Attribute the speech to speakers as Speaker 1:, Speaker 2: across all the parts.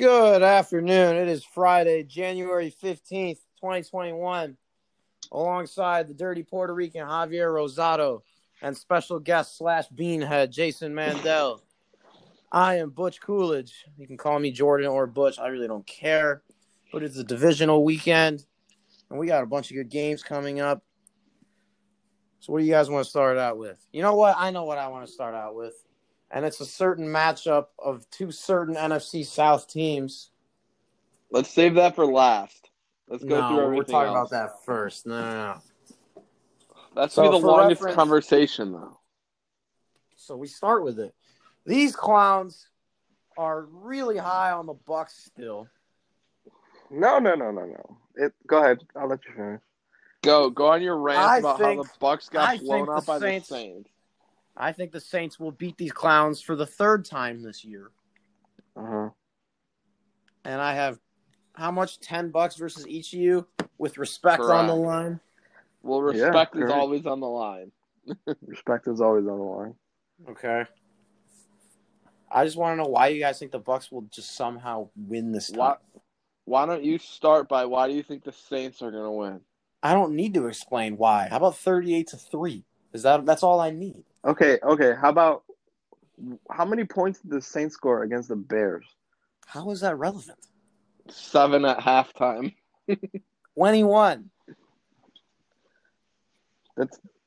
Speaker 1: Good afternoon. It is Friday, January 15th, 2021. Alongside the dirty Puerto Rican Javier Rosado and special guest slash beanhead Jason Mandel. I am Butch Coolidge. You can call me Jordan or Butch. I really don't care. But it's a divisional weekend, and we got a bunch of good games coming up. So, what do you guys want to start out with? You know what? I know what I want to start out with. And it's a certain matchup of two certain NFC South teams.
Speaker 2: Let's save that for last. Let's go
Speaker 1: No,
Speaker 2: through everything.
Speaker 1: we're talking
Speaker 2: else.
Speaker 1: about that first. No, no, no.
Speaker 2: That's
Speaker 1: So
Speaker 2: gonna be the
Speaker 1: for
Speaker 2: longest
Speaker 1: reference-
Speaker 2: conversation, though.
Speaker 1: So we start with it. These clowns are really high on the Bucks still.
Speaker 3: No, no, no, no, no. It, go ahead. I'll let you finish.
Speaker 2: Go, go on your rant
Speaker 1: I
Speaker 2: about
Speaker 1: think-
Speaker 2: how the Bucks got
Speaker 1: I
Speaker 2: blown
Speaker 1: think
Speaker 2: out
Speaker 1: the
Speaker 2: by
Speaker 1: Saints-
Speaker 2: the Saints.
Speaker 1: I think the Saints will beat these clowns for the third time this year.
Speaker 3: Uh-huh.
Speaker 1: And I have how much? Ten bucks versus each of you with respect on the
Speaker 2: Correct.
Speaker 1: line.
Speaker 2: Well,
Speaker 3: Yeah,
Speaker 2: respect is
Speaker 3: correct.
Speaker 2: always on the line.
Speaker 3: Respect is always on the line.
Speaker 1: Okay. I just want to know why you guys think the Bucks will just somehow win this time.
Speaker 2: Why, why don't you start by why do you think the Saints are gonna win?
Speaker 1: I don't need to explain why. How about thirty-eight to three? Is that that's all I need?
Speaker 3: Okay, okay. How about how many points did the Saints score against the Bears?
Speaker 1: How is that relevant?
Speaker 2: Seven at halftime.
Speaker 1: Twenty-one.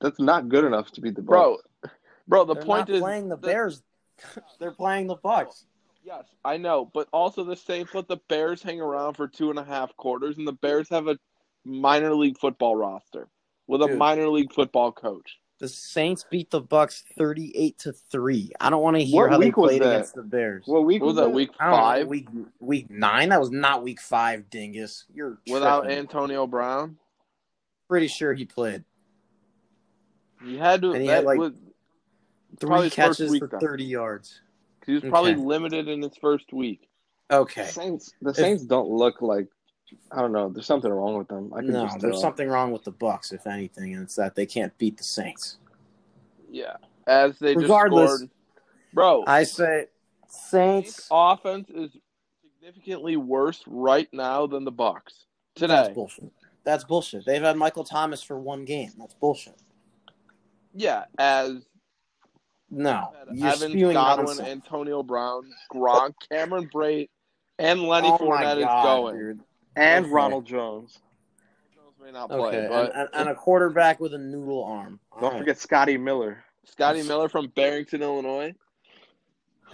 Speaker 3: That's not good enough to beat the
Speaker 2: Bro,
Speaker 3: Bucks.
Speaker 2: bro, the
Speaker 1: They're
Speaker 2: point
Speaker 1: not
Speaker 2: is
Speaker 1: playing the Bears. They're playing the Bucks.
Speaker 2: Yes, I know, but also the Saints let the Bears hang around for two and a half quarters, and the Bears have a minor league football roster with a
Speaker 1: Dude.
Speaker 2: minor league football coach.
Speaker 1: The Saints beat the Bucks thirty-eight to three. I don't want to hear
Speaker 3: What
Speaker 1: how they
Speaker 3: week was
Speaker 1: played
Speaker 3: that?
Speaker 1: against the Bears.
Speaker 3: What week
Speaker 2: What was that week
Speaker 1: I don't know,
Speaker 2: five
Speaker 1: week week nine. That was not week five, dingus. You're
Speaker 2: without
Speaker 1: tripping.
Speaker 2: Antonio Brown?
Speaker 1: pretty sure he played
Speaker 2: He had to.
Speaker 1: And he
Speaker 2: that
Speaker 1: had, like,
Speaker 2: was-
Speaker 1: three
Speaker 2: Probably his first
Speaker 1: catches
Speaker 2: week,
Speaker 1: for
Speaker 2: though.
Speaker 1: thirty yards.
Speaker 2: he was probably
Speaker 1: okay.
Speaker 2: limited in his first week.
Speaker 1: Okay,
Speaker 3: Saints. The Saints don't look like. I don't know. There's something wrong with them. I can
Speaker 1: no,
Speaker 3: just
Speaker 1: there's
Speaker 3: tell.
Speaker 1: something wrong with the Bucks, if anything, and it's that they can't beat the Saints.
Speaker 2: Yeah, as they
Speaker 1: Regardless-
Speaker 2: just scored. Bro,
Speaker 1: I say
Speaker 2: Saints
Speaker 1: Saints.
Speaker 2: offense is significantly worse right now than the Bucks
Speaker 1: That's
Speaker 2: today.
Speaker 1: bullshit. That's bullshit. They've had Michael Thomas for one game. That's bullshit.
Speaker 2: Yeah, as
Speaker 1: No,
Speaker 2: had
Speaker 1: you're
Speaker 2: Evans,
Speaker 1: spewing
Speaker 2: Godwin,
Speaker 1: nonsense.
Speaker 2: Antonio Brown, Gronk, Cameron Brait, and Lenny
Speaker 1: Oh my God,
Speaker 2: Fournette is going.
Speaker 1: dude.
Speaker 3: And
Speaker 1: Okay.
Speaker 3: Ronald Jones.
Speaker 2: Jones may not play,
Speaker 1: Okay,
Speaker 2: but
Speaker 1: and, and, and a quarterback with a noodle arm.
Speaker 3: Don't
Speaker 1: All right.
Speaker 3: forget Scotty Miller.
Speaker 2: Scotty Miller from Barrington, Illinois.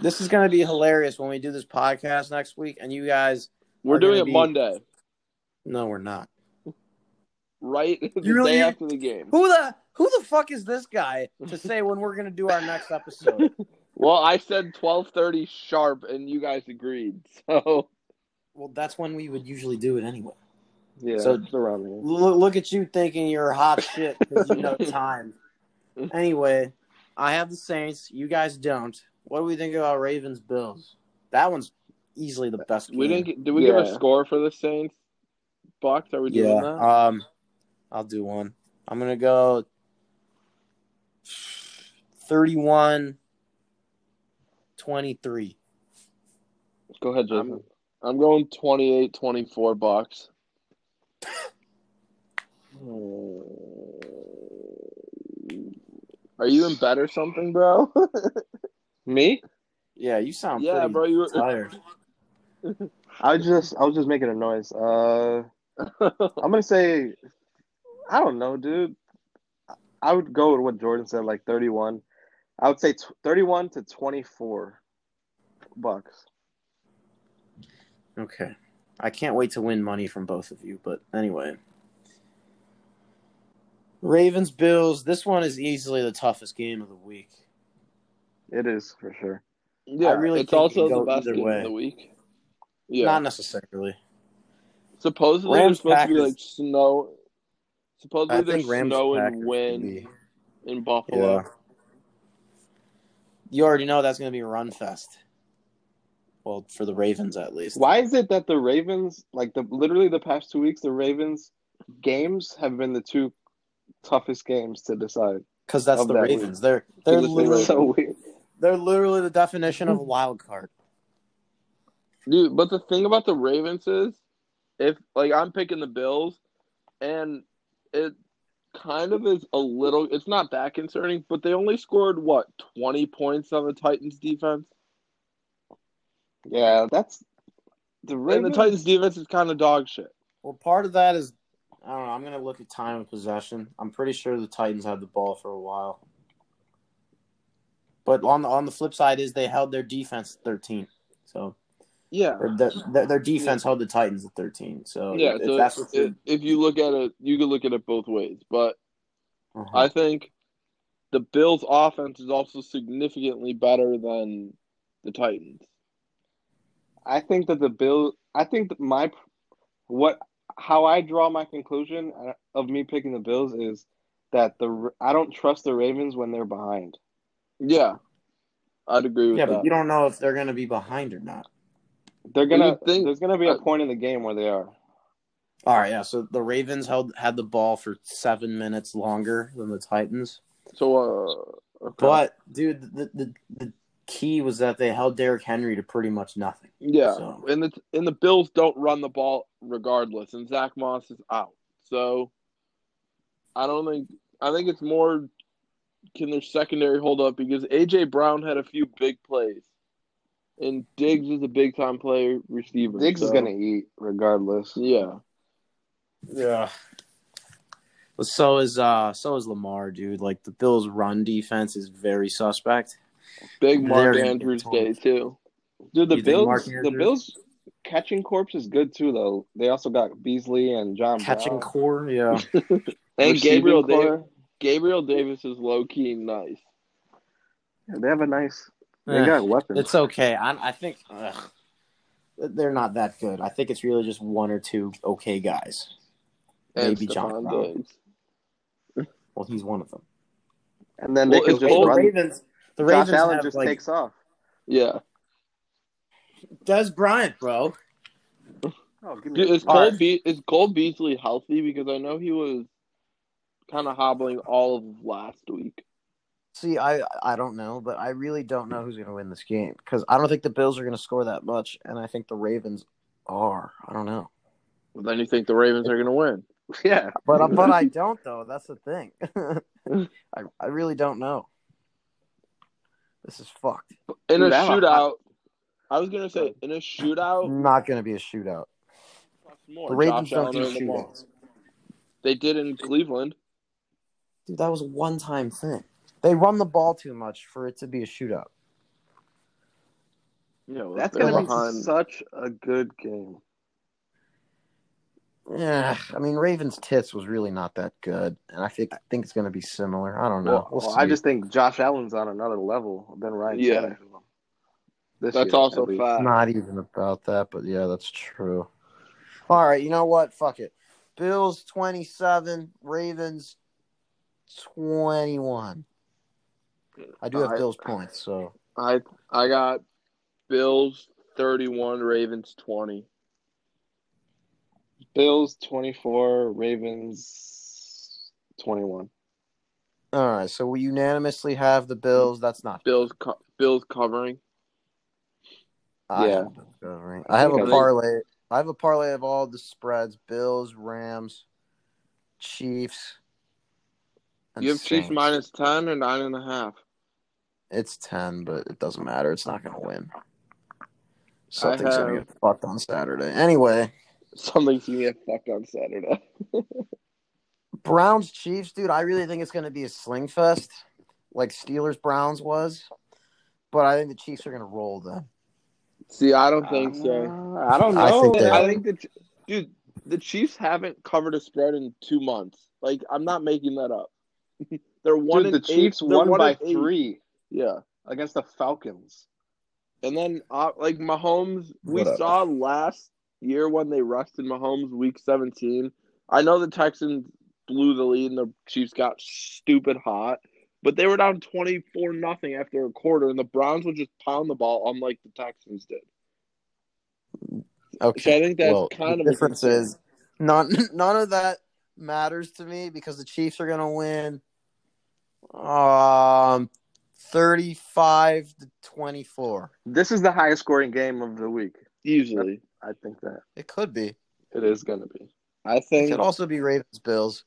Speaker 1: This is going to be hilarious when we do this podcast next week, and you guys.
Speaker 2: We're
Speaker 1: Are
Speaker 2: doing
Speaker 1: gonna
Speaker 2: it
Speaker 1: be-
Speaker 2: Monday,
Speaker 1: No, we're not.
Speaker 2: right the
Speaker 1: really-
Speaker 2: day after the game.
Speaker 1: Who the who the fuck is this guy to say when we're going to do our next episode?
Speaker 2: Well, I said twelve thirty sharp, and you guys agreed. So
Speaker 1: well, that's when we would usually do it anyway.
Speaker 3: Yeah,
Speaker 1: So-
Speaker 3: it's around here.
Speaker 1: Look, look at you thinking you're hot shit because you know time. Anyway, I have the Saints. You guys don't. What do we think about Ravens Bills? That one's easily the best.
Speaker 2: we
Speaker 1: game.
Speaker 2: didn't. get- Did we give
Speaker 3: Yeah.
Speaker 2: a score for the Saints? Bucks? Are we doing
Speaker 1: yeah.
Speaker 2: that?
Speaker 1: Um, I'll do one. I'm gonna go thirty-one, twenty-three.
Speaker 3: Go ahead,
Speaker 2: I'm, I'm going 28-24 Bucks. Are you in bed or something, bro?
Speaker 3: Me?
Speaker 1: Yeah, you sound
Speaker 2: yeah,
Speaker 1: pretty
Speaker 2: bro. You were,
Speaker 1: tired.
Speaker 3: I was just I was just making a noise. Uh I'm gonna say, I don't know, dude. I would go with what Jordan said, like 31. I would say t- 31 to 24 bucks.
Speaker 1: Okay, I can't wait to win money from both of you. But anyway, Ravens Bills. This one is easily the toughest game of the week.
Speaker 3: It is for sure.
Speaker 2: yeah,
Speaker 1: I really
Speaker 2: it's
Speaker 1: think
Speaker 2: also
Speaker 1: you go
Speaker 2: the best
Speaker 1: either
Speaker 2: game
Speaker 1: way.
Speaker 2: of the week. Yeah.
Speaker 1: Not necessarily.
Speaker 2: Supposedly there's
Speaker 1: Rams,
Speaker 2: supposed to be
Speaker 1: Packers.
Speaker 2: like snow. Supposedly
Speaker 1: I
Speaker 2: there's
Speaker 1: think Rams
Speaker 2: snow
Speaker 1: Packers
Speaker 2: and
Speaker 1: for
Speaker 2: wind
Speaker 1: me.
Speaker 2: in Buffalo.
Speaker 1: Yeah. You already know that's going to be run fest. Well, for the Ravens at least.
Speaker 3: Why is it that the Ravens, like the literally the past two weeks, the Ravens games have been the two toughest games to decide?
Speaker 1: Because that's
Speaker 3: Of
Speaker 1: the
Speaker 3: that
Speaker 1: Ravens. They're they're
Speaker 2: Because it's the
Speaker 1: literally
Speaker 3: It's so weird.
Speaker 1: they're literally the definition of a wild card.
Speaker 2: Dude, but the thing about the Ravens is, if like I'm picking the Bills, and it kind of is a little. It's not that concerning, but they only scored what 20 points on the Titans defense,
Speaker 3: Yeah, that's the
Speaker 2: and
Speaker 3: Ravens.
Speaker 2: the Titans defense is kind of dog shit.
Speaker 1: Well, part of that is I don't know. I'm gonna look at time of possession. I'm pretty sure the Titans had the ball for a while. But on the on the flip side is they held their defense to 13. So
Speaker 2: Yeah,
Speaker 1: or their, their, their defense held the Titans at 13. So
Speaker 2: yeah.
Speaker 1: if
Speaker 2: So
Speaker 1: that's what
Speaker 2: if,
Speaker 1: you-
Speaker 2: if you look at it, you can look at it both ways. But
Speaker 1: Uh-huh.
Speaker 2: I think the Bills' offense is also significantly better than the Titans.
Speaker 3: I think that the Bill. I think that my what how I draw my conclusion uh, of me picking the Bills is that the Ra- I don't trust the Ravens when they're behind.
Speaker 2: Yeah, I'd agree with
Speaker 1: yeah,
Speaker 2: that.
Speaker 1: but you don't know if they're gonna be behind or not.
Speaker 3: They're gonna
Speaker 2: would think-
Speaker 3: there's gonna be a
Speaker 2: uh,
Speaker 3: point in the game where they are.
Speaker 1: All right, yeah. So the Ravens held had the ball for seven minutes longer than the Titans.
Speaker 2: so, uh, okay.
Speaker 1: But dude, the, the the key was that they held Derrick Henry to pretty much nothing.
Speaker 2: Yeah,
Speaker 1: So-
Speaker 2: and the and the Bills don't run the ball regardless, and Zach Moss is out. So I don't think I think it's more can their secondary hold up because AJ Brown had a few big plays, and Diggs is a big time player receiver.
Speaker 3: Diggs is
Speaker 2: so-
Speaker 3: gonna eat regardless.
Speaker 2: yeah
Speaker 1: Yeah. But so is uh so is Lamar, dude. Like the Bills' run defense is very suspect.
Speaker 2: big Mark
Speaker 1: They're-
Speaker 2: Andrews day too.
Speaker 3: Dude, the
Speaker 1: You think
Speaker 3: Bills
Speaker 1: Mark
Speaker 3: the
Speaker 1: Andrews-
Speaker 3: Bills catching corpse is good too though. They also got Beasley and John
Speaker 1: Catching
Speaker 3: Brown.
Speaker 1: core, yeah.
Speaker 2: And
Speaker 3: Receiving
Speaker 2: Gabriel Davis,
Speaker 3: core.
Speaker 2: Gabriel Davis is low key nice.
Speaker 3: Yeah, they have a nice. They
Speaker 1: Eh,
Speaker 3: got weapons.
Speaker 1: it's okay. I I think ugh, they're not that good. I think it's really just one or two okay guys.
Speaker 2: And
Speaker 1: Maybe John
Speaker 2: Stephon
Speaker 1: Brown.
Speaker 2: Diggs.
Speaker 1: Well, he's one of them.
Speaker 3: and then
Speaker 2: Well,
Speaker 3: they can
Speaker 2: if
Speaker 3: just
Speaker 2: both
Speaker 1: the
Speaker 3: run.
Speaker 1: Ravens, the
Speaker 3: Josh
Speaker 1: Ravens
Speaker 3: Allen
Speaker 1: have
Speaker 3: just
Speaker 1: like
Speaker 3: takes off.
Speaker 2: Yeah,
Speaker 1: Des Bryant, bro.
Speaker 3: Oh, give me
Speaker 2: Dude, is
Speaker 1: All
Speaker 2: Cole
Speaker 1: right.
Speaker 2: Be- is Cole Beasley healthy? Because I know he was kind of hobbling all of last week.
Speaker 1: See, I I don't know, but I really don't know who's going to win this game because I don't think the Bills are going to score that much, and I think the Ravens are. I don't know,
Speaker 2: Well, then you think the Ravens are going to win?
Speaker 3: yeah.
Speaker 1: but uh, but I don't though. That's the thing. I I really don't know. This is fucked.
Speaker 2: In a
Speaker 3: Dude, I don't-
Speaker 2: shootout, I was going to say in a shootout.
Speaker 1: Not going to be a shootout.
Speaker 2: plus more,
Speaker 1: Mm. The Ravens
Speaker 2: Oh. Josh
Speaker 1: don't
Speaker 2: Allen
Speaker 1: do
Speaker 2: and Lamar.
Speaker 1: shootouts,
Speaker 2: They did in Cleveland.
Speaker 1: dude. That was a one time thing. They run the ball too much for it to be a shootout.
Speaker 2: You know,
Speaker 3: That's
Speaker 2: they're
Speaker 3: gonna be
Speaker 2: behind.
Speaker 3: such a good game.
Speaker 1: Yeah, I mean Ravens tits was really not that good, and I think I think it's going to be similar. I don't know.
Speaker 3: Well,
Speaker 1: We'll
Speaker 3: well, I
Speaker 1: see.
Speaker 3: just think Josh Allen's on another level than Ryan.
Speaker 2: Yeah.
Speaker 3: Tannehill. This
Speaker 2: That's
Speaker 3: year,
Speaker 2: also
Speaker 3: at least.
Speaker 2: fact.
Speaker 1: Not even about that, but yeah, that's true. All right, you know what? Fuck it. Bills 27, Ravens 21. I do have
Speaker 2: I-
Speaker 1: Bills points, so
Speaker 2: I I got Bills thirty-one, Ravens twenty.
Speaker 3: Bills twenty four, Ravens twenty one.
Speaker 1: all right. So we unanimously have the Bills. That's not.
Speaker 2: Bills co- Bills covering.
Speaker 1: I
Speaker 3: Yeah.
Speaker 1: have, Bills covering. I have
Speaker 3: think
Speaker 1: a
Speaker 3: I-
Speaker 1: parlay. I have a parlay of all the spreads: Bills, Rams, Chiefs. and
Speaker 2: You have Chiefs
Speaker 1: Saints.
Speaker 2: minus ten or nine and a half.
Speaker 1: It's ten, but it doesn't matter. It's not going to win. Something's going to
Speaker 2: have-
Speaker 1: get fucked on Saturday. Anyway.
Speaker 2: Something's gonna get fucked on Saturday.
Speaker 1: Browns Chiefs, dude, I really think it's going to be a sling fest like Steelers Browns was. But I think the Chiefs are going to roll them.
Speaker 2: See, I don't think
Speaker 1: Uh,
Speaker 2: so.
Speaker 3: Uh, I don't know.
Speaker 1: I think they-
Speaker 2: I think the Ch- dude, the Chiefs haven't covered a spread in two months. Like I'm not making that up. They're one.
Speaker 3: Dude,
Speaker 2: and
Speaker 3: the Chiefs
Speaker 2: eight- they're
Speaker 3: won
Speaker 2: one
Speaker 3: by
Speaker 2: and eight.
Speaker 3: three
Speaker 2: Yeah,
Speaker 3: against the Falcons.
Speaker 2: and then uh, like Mahomes, we
Speaker 1: Whatever.
Speaker 2: saw last year when they rested Mahomes week 17. I know the Texans blew the lead and the Chiefs got stupid hot, but they were down 24 nothing after a quarter, and the Browns would just pound the ball, unlike the Texans did. So
Speaker 1: Okay.
Speaker 2: I think that's
Speaker 1: well,
Speaker 2: kind
Speaker 1: the
Speaker 2: of a
Speaker 1: difference
Speaker 2: concern.
Speaker 1: is none none of that matters to me because the Chiefs are going to win um 35 to 24.
Speaker 3: This is the highest scoring game of the week.
Speaker 2: Easily,
Speaker 3: I think that.
Speaker 1: It could be.
Speaker 2: it is going to be. I
Speaker 1: It
Speaker 2: think.
Speaker 1: could also be Ravens Bills.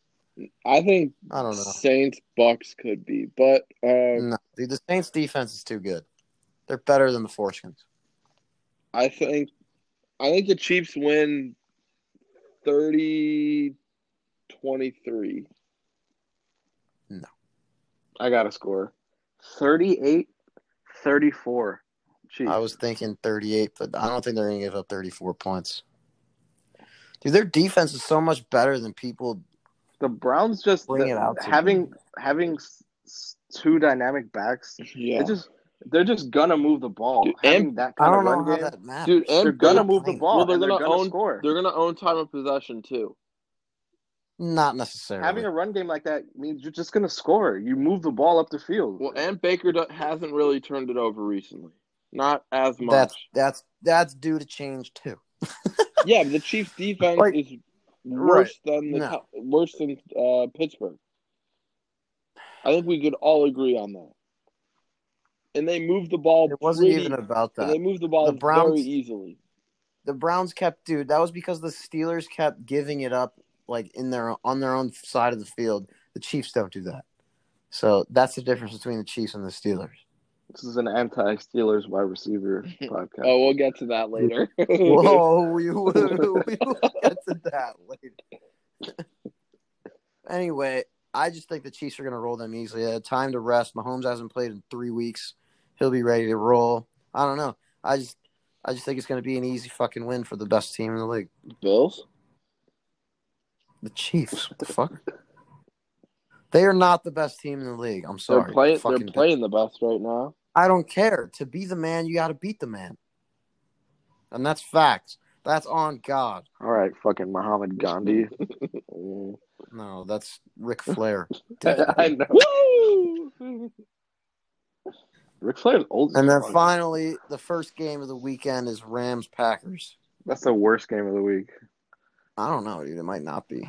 Speaker 2: I think
Speaker 1: I don't know.
Speaker 2: Saints Bucks could be, but um,
Speaker 1: No, dude, the Saints defense is too good. They're better than the Foreskins.
Speaker 2: I think I think the Chiefs win 30-23.
Speaker 1: No.
Speaker 2: I got a score.
Speaker 3: 38 34. Chiefs.
Speaker 1: I was thinking 38, but I don't think they're going to give up 34 points. Dude, their defense is so much better than people.
Speaker 3: the Browns just
Speaker 1: Bring
Speaker 3: the-
Speaker 1: it out to
Speaker 3: having having s- s- two dynamic backs.
Speaker 2: Yeah.
Speaker 3: They just they're just gonna move the ball.
Speaker 2: Dude,
Speaker 3: having
Speaker 2: and-
Speaker 3: that
Speaker 1: I
Speaker 3: kind
Speaker 1: don't
Speaker 3: of
Speaker 1: know
Speaker 3: run
Speaker 1: how
Speaker 3: game,
Speaker 1: that matters.
Speaker 2: Dude, and
Speaker 3: they're gonna
Speaker 2: good-
Speaker 3: move the ball.
Speaker 2: Well, they're
Speaker 3: and they're
Speaker 2: gonna
Speaker 3: gonna,
Speaker 2: own-
Speaker 3: score.
Speaker 2: They're gonna own time of possession too.
Speaker 1: Not necessarily.
Speaker 3: Having a run game like that means you're just gonna score. You move the ball up the field.
Speaker 2: Well, and Baker do- hasn't really turned it over recently. Not as much.
Speaker 1: that's that's that's due to change too.
Speaker 2: yeah, but the Chiefs defense
Speaker 1: Like-
Speaker 2: is worse than the
Speaker 1: No.
Speaker 2: Col- worse than uh, Pittsburgh. I think we could all agree on that. And they moved the ball.
Speaker 1: It wasn't
Speaker 2: pretty-
Speaker 1: even about
Speaker 2: and they
Speaker 1: that.
Speaker 2: moved the ball
Speaker 1: The Browns-
Speaker 2: very easily.
Speaker 1: The Browns kept, dude. That was because the Steelers kept giving it up, like in their on their own side of the field. The Chiefs don't do that, so that's the difference between the Chiefs and the Steelers.
Speaker 3: This is an anti-Steelers wide receiver podcast.
Speaker 2: Oh, we'll get to that later.
Speaker 1: Whoa, we will, we will get to that later. anyway, I just think the Chiefs are going to roll them easily. They had time to rest. Mahomes hasn't played in three weeks. He'll be ready to roll. I don't know. I just, I just think it's going to be an easy fucking win for the best team in the league,
Speaker 2: Bills.
Speaker 1: the Chiefs. What the fuck? They are not the best team in the league. I'm sorry.
Speaker 2: They're playing.
Speaker 1: Fucking-
Speaker 2: They're playing the best right now.
Speaker 1: I don't care. To be the man, you got to beat the man, and that's facts. That's on God.
Speaker 3: All right, fucking Muhammad Gandhi.
Speaker 1: No, that's Ric Flair.
Speaker 3: I know.
Speaker 2: Woo!
Speaker 3: Ric Flair's old. as
Speaker 1: And then
Speaker 3: fuck.
Speaker 1: finally, the first game of the weekend is Rams Packers.
Speaker 3: That's the worst game of the week.
Speaker 1: I don't know, dude. It might not be.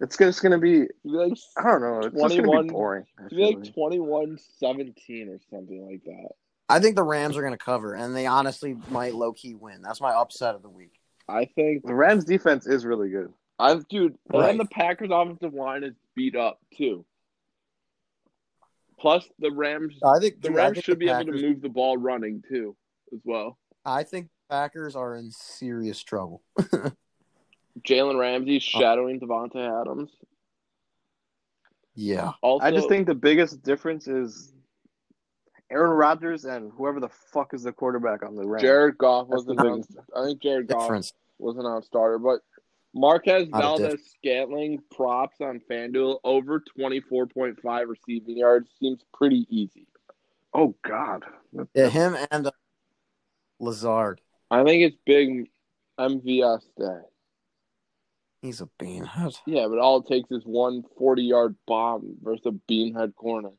Speaker 3: It's just gonna be.
Speaker 2: Be like,
Speaker 3: I don't know. It's just gonna
Speaker 2: 21
Speaker 3: be boring. I
Speaker 2: be
Speaker 3: feel
Speaker 2: like
Speaker 3: like.
Speaker 2: 21 17 or something like that.
Speaker 1: I think the Rams are going to cover, and they honestly might low key win. That's my upset of the week.
Speaker 2: I think
Speaker 3: The Rams defense is really good.
Speaker 2: I've dude,
Speaker 1: Right.
Speaker 2: and the Packers offensive line is beat up too. Plus the Rams
Speaker 1: I think
Speaker 2: the
Speaker 1: Uh, dude, I
Speaker 2: Rams
Speaker 1: think
Speaker 2: should be able
Speaker 1: Packers-
Speaker 2: to move the ball running too as well.
Speaker 1: I think the Packers are in serious trouble.
Speaker 2: Jalen Ramsey
Speaker 1: Oh.
Speaker 2: shadowing Devontae Adams.
Speaker 1: Yeah,
Speaker 2: Also
Speaker 3: I just think the biggest difference is Aaron Rodgers and whoever the fuck is the quarterback on the Rams.
Speaker 2: Jared Goff
Speaker 3: That's the
Speaker 2: wasn't on
Speaker 3: biggest-
Speaker 2: I think Jared Goff
Speaker 1: difference.
Speaker 2: wasn't on starter, but Marquez
Speaker 1: Not a
Speaker 2: Valdez Scantling props on FanDuel over twenty four point five receiving yards seems pretty easy.
Speaker 3: Oh God.
Speaker 1: Yeah, him and uh, Lazard.
Speaker 2: I think it's big MVS day.
Speaker 1: He's a beanhead.
Speaker 2: Yeah, but all it takes is one 40 yard bomb versus a beanhead corner.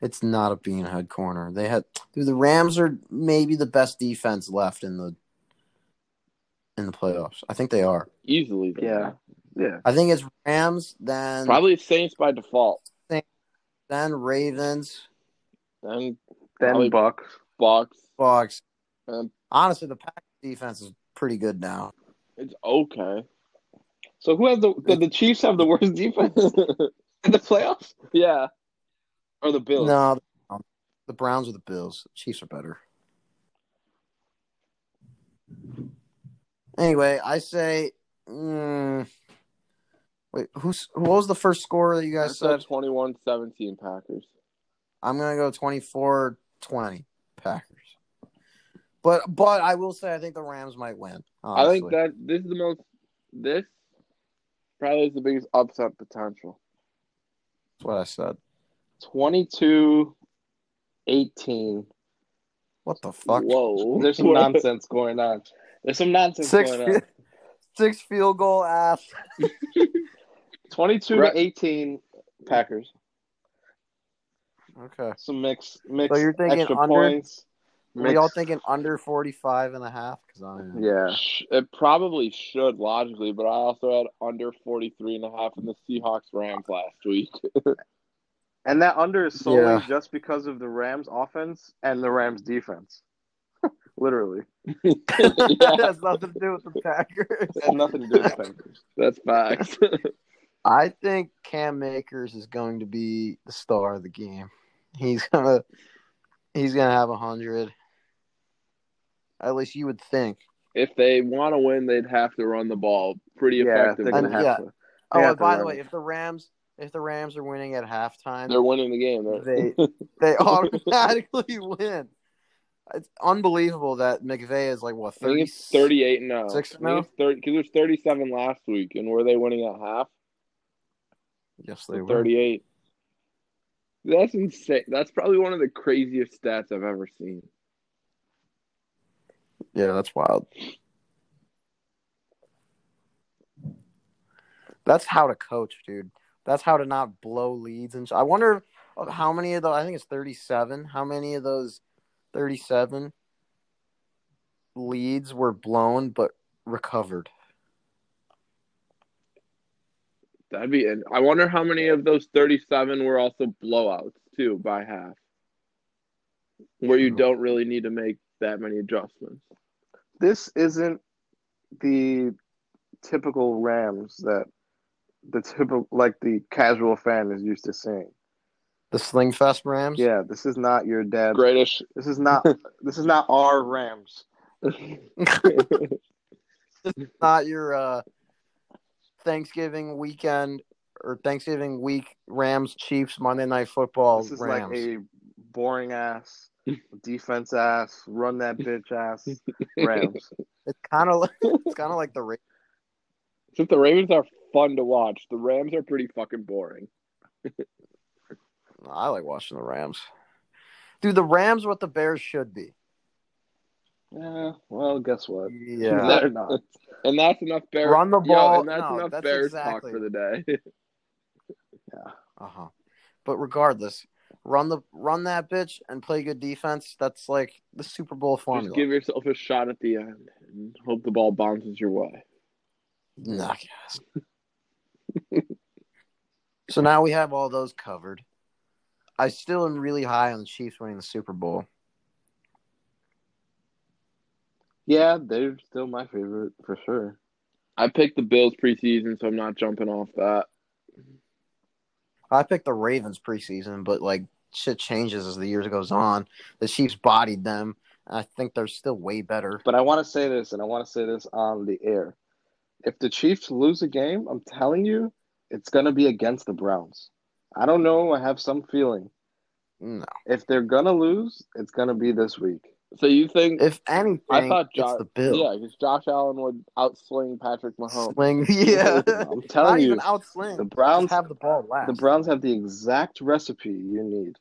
Speaker 1: It's not a beanhead corner. They had dude. The Rams are maybe the best defense left in the in the playoffs. I think they are.
Speaker 2: Easily. though.
Speaker 3: Yeah. Yeah.
Speaker 1: I think it's Rams, then
Speaker 2: Probably Saints by default.
Speaker 1: then Ravens,
Speaker 2: Then Probably-
Speaker 3: Then Bucks.
Speaker 2: Bucks.
Speaker 1: Bucks.
Speaker 2: Um,
Speaker 1: Honestly, the Packers defense is pretty good now.
Speaker 2: It's okay.
Speaker 3: So who has the did the Chiefs have the worst defense in the playoffs?
Speaker 2: Yeah.
Speaker 3: Or the Bills?
Speaker 1: No, the- the Browns or the Bills. Chiefs are better. Anyway, I say. Mm, wait, who's who was the first scorer that you
Speaker 2: I
Speaker 1: guys
Speaker 2: said
Speaker 1: said?
Speaker 2: 21 17 Packers.
Speaker 1: I'm gonna go 24-20 Packers. But but I will say I think the Rams might win.
Speaker 2: I think
Speaker 1: honestly.
Speaker 2: that this is the most, this probably is the biggest upset potential.
Speaker 1: that's what I said.
Speaker 3: 22 18.
Speaker 1: What the fuck?
Speaker 2: Whoa.
Speaker 3: There's some nonsense going on. There's some nonsense
Speaker 1: Six
Speaker 3: going on.
Speaker 1: field, six field goal ass.
Speaker 3: 22
Speaker 2: Right.
Speaker 3: to 18 Packers.
Speaker 1: Okay.
Speaker 3: Some mix mix
Speaker 1: you're thinking
Speaker 3: extra
Speaker 1: under?
Speaker 3: points.
Speaker 1: Are
Speaker 3: mixed-
Speaker 1: y'all thinking under 45 and a half? Because I am.
Speaker 3: Yeah.
Speaker 2: Sh- It probably should logically, but I also had under 43 and a half in the Seahawks Rams last week.
Speaker 3: And that under is solely
Speaker 1: Yeah.
Speaker 3: just because of the Rams offense and the Rams defense. Literally.
Speaker 1: that
Speaker 2: Yeah,
Speaker 1: has nothing to do with the Packers.
Speaker 3: It had nothing to do with the Packers.
Speaker 2: that's facts.
Speaker 1: I think Cam Makers is going to be the star of the game. He's gonna he's gonna have a hundred. At least you would think.
Speaker 2: if they want to win, they'd have to run the ball pretty
Speaker 3: Yeah,
Speaker 2: effectively.
Speaker 3: they're gonna
Speaker 1: And,
Speaker 3: have
Speaker 1: yeah.
Speaker 3: to.
Speaker 1: Oh,
Speaker 3: Yeah,
Speaker 1: and by the
Speaker 3: they're
Speaker 1: way,
Speaker 3: right.
Speaker 1: if the Rams if the Rams are winning at halftime,
Speaker 2: They're winning the game. They're-
Speaker 1: they they automatically win. It's unbelievable that McVay is like what
Speaker 2: I think
Speaker 1: thirty
Speaker 2: it's 38 now.
Speaker 1: six oh?
Speaker 2: I think it's 30 because it was 37 last week, and were they winning at half?
Speaker 1: Yes, they were.
Speaker 2: 38. That's insane. That's probably one of the craziest stats I've ever seen.
Speaker 1: Yeah, that's wild. That's how to coach, dude. That's how to not blow leads. And sh- I wonder how many of those. I think it's thirty-seven. How many of those thirty-seven leads were blown but recovered?
Speaker 2: That'd be. And I wonder how many of those 37 were also blowouts too by half, where you
Speaker 1: True.
Speaker 2: don't really need to make that many adjustments.
Speaker 3: This isn't the typical Rams that the typical like the casual fan is used to seeing.
Speaker 1: The Slingfest Rams.
Speaker 3: Yeah, this is not your dad.
Speaker 2: Greatest.
Speaker 3: This is not this is not our Rams.
Speaker 1: not your uh, Thanksgiving weekend or Thanksgiving week Rams Chiefs Monday Night Football
Speaker 3: This is
Speaker 1: Rams.
Speaker 3: like a boring ass, defense ass, run that bitch ass Rams.
Speaker 1: It's kind of it's kind of like the Ra-
Speaker 2: Since the Ravens are fun to watch, the Rams are pretty fucking boring.
Speaker 1: I like watching the Rams. Dude, the Rams what the Bears should be.
Speaker 3: Yeah, Uh, well, guess what?
Speaker 1: Yeah.
Speaker 3: They're not.
Speaker 2: And that's enough Bears.
Speaker 1: Run the ball.
Speaker 2: and that's
Speaker 1: No,
Speaker 2: enough
Speaker 1: that's
Speaker 2: Bears
Speaker 1: exactly-
Speaker 2: talk for the day.
Speaker 1: Uh-huh. But regardless, run the run that bitch and play good defense. That's like the Super Bowl formula.
Speaker 2: Just give yourself a shot at the end and hope the ball bounces your way.
Speaker 1: Nah, guys. so now we have all those covered. I still am really high on the Chiefs winning the Super Bowl.
Speaker 3: Yeah, they're still my favorite for sure.
Speaker 2: I picked the Bills preseason, so I'm not jumping off that.
Speaker 1: I picked the Ravens preseason, but like shit changes as the years goes on. The Chiefs bodied them. and I think they're still way better.
Speaker 3: But I want to say this, and I want to say this on the air. If the Chiefs lose a game, I'm telling you, it's gonna be against the Browns. I don't know. I have some feeling.
Speaker 1: No.
Speaker 3: If they're gonna lose, it's gonna be this week.
Speaker 2: So you think?
Speaker 1: If anything,
Speaker 2: I thought
Speaker 1: it's
Speaker 2: Josh.
Speaker 1: the
Speaker 2: Yeah,
Speaker 1: Bills.
Speaker 2: because Josh Allen would outsling Patrick Mahomes.
Speaker 1: Sling, yeah.
Speaker 3: I'm
Speaker 1: Not
Speaker 3: telling you,
Speaker 1: even outsling.
Speaker 3: the Browns
Speaker 1: Just have the ball last.
Speaker 3: The Browns have the exact recipe you need